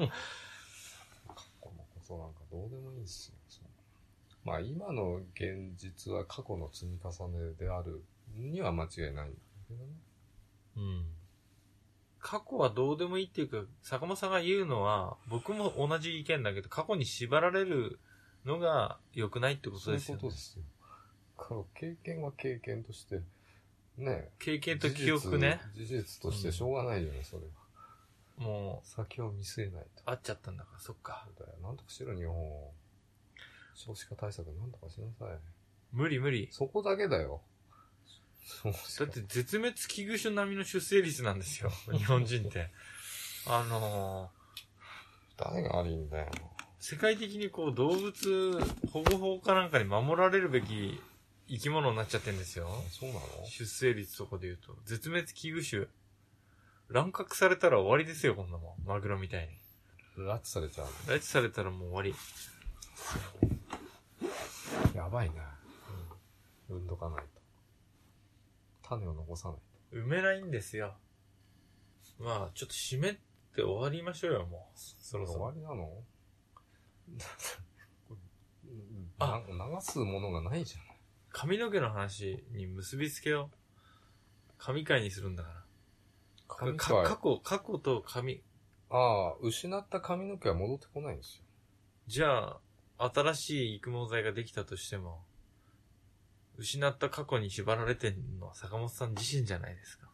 [SPEAKER 2] 過去のことなんかどうでもいいんすよ。そんなまあ今の現実は過去の積み重ねであるには間違いないんだけどね。
[SPEAKER 1] うん。過去はどうでもいいっていうか、坂本さんが言うのは、僕も同じ意見だけど、過去に縛られるのが良くないってこと
[SPEAKER 2] そうい
[SPEAKER 1] で
[SPEAKER 2] う
[SPEAKER 1] すよ、
[SPEAKER 2] こと
[SPEAKER 1] ね
[SPEAKER 2] で。すよ。だから経験は経験として、ね
[SPEAKER 1] 経験と記憶ね、
[SPEAKER 2] 事実事実としてしょうがないよね、それは。
[SPEAKER 1] も
[SPEAKER 2] 先を見据えないと
[SPEAKER 1] う、。あっちゃったんだから、そっか。
[SPEAKER 2] そうだよ。なんとかしろ、日本を。少子化対策なんとかしなさい。
[SPEAKER 1] 無理無理。
[SPEAKER 2] そこだけだよ。少子化
[SPEAKER 1] だって絶滅危惧種並みの出生率なんですよ、日本人って。あの
[SPEAKER 2] 誰が悪いんだよ。
[SPEAKER 1] ー、世界的にこう動物保護法かなんかに守られるべき生き物になっちゃってんですよ。
[SPEAKER 2] そうなの
[SPEAKER 1] 出生率とかで言うと、絶滅危惧種。乱獲されたら終わりですよ、こんなもん。マグロみたいに。
[SPEAKER 2] 拉致されちゃう
[SPEAKER 1] 拉致されたらもう終わり。
[SPEAKER 2] の。やばいな。うん。産んどかないと。種を残さない
[SPEAKER 1] 埋めないんですよ。まあ、ちょっと締めって終わりましょうよ、もう。そ
[SPEAKER 2] と。
[SPEAKER 1] ろそ
[SPEAKER 2] 終わ
[SPEAKER 1] ろ。
[SPEAKER 2] りな のうん
[SPEAKER 1] あ
[SPEAKER 2] な流すものがないじゃん。
[SPEAKER 1] 髪の毛の話に結びつけよう。神回にするんだから。
[SPEAKER 2] 髪
[SPEAKER 1] か
[SPEAKER 2] は
[SPEAKER 1] 過去、過去と髪。
[SPEAKER 2] ああ、失った髪の毛は戻ってこないんですよ。
[SPEAKER 1] じゃあ、新しい育毛剤ができたとしても、失った過去に縛られてんのは坂本さん自身じゃないですか。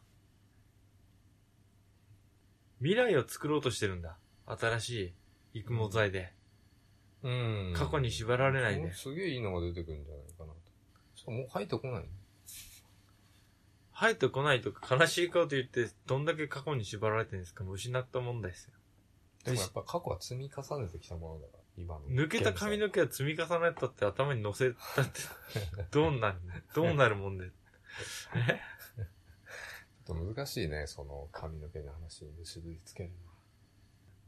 [SPEAKER 1] 未来を作ろうとしてるんだ。新しい育毛剤で。
[SPEAKER 2] うん
[SPEAKER 1] 過去に縛られないで
[SPEAKER 2] もうすげえいいのが出てくるんじゃないかなと。しかももう入ってこない。
[SPEAKER 1] 生えてこないとか悲しい顔と言って、どんだけ過去に縛られてるんですかもう失った問題ですよ。
[SPEAKER 2] でもやっぱ過去は積み重ねてきたものだから、今の。
[SPEAKER 1] 抜けた髪の毛は積み重ねたって頭に乗せたって、どうなる、どうなるもんで。
[SPEAKER 2] ちょっと難しいね、その髪の毛の話に結びつける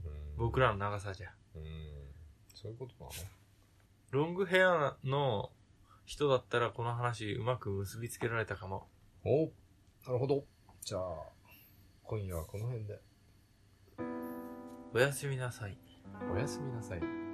[SPEAKER 2] のは。うん
[SPEAKER 1] 僕。らの長さじゃ。
[SPEAKER 2] うん。そういうことなの
[SPEAKER 1] ロングヘアの人だったらこの話うまく結びつけられたかも。
[SPEAKER 2] おなるほど。じゃあ、今夜はこの辺で。
[SPEAKER 1] おやすみなさい。
[SPEAKER 2] おやすみなさい。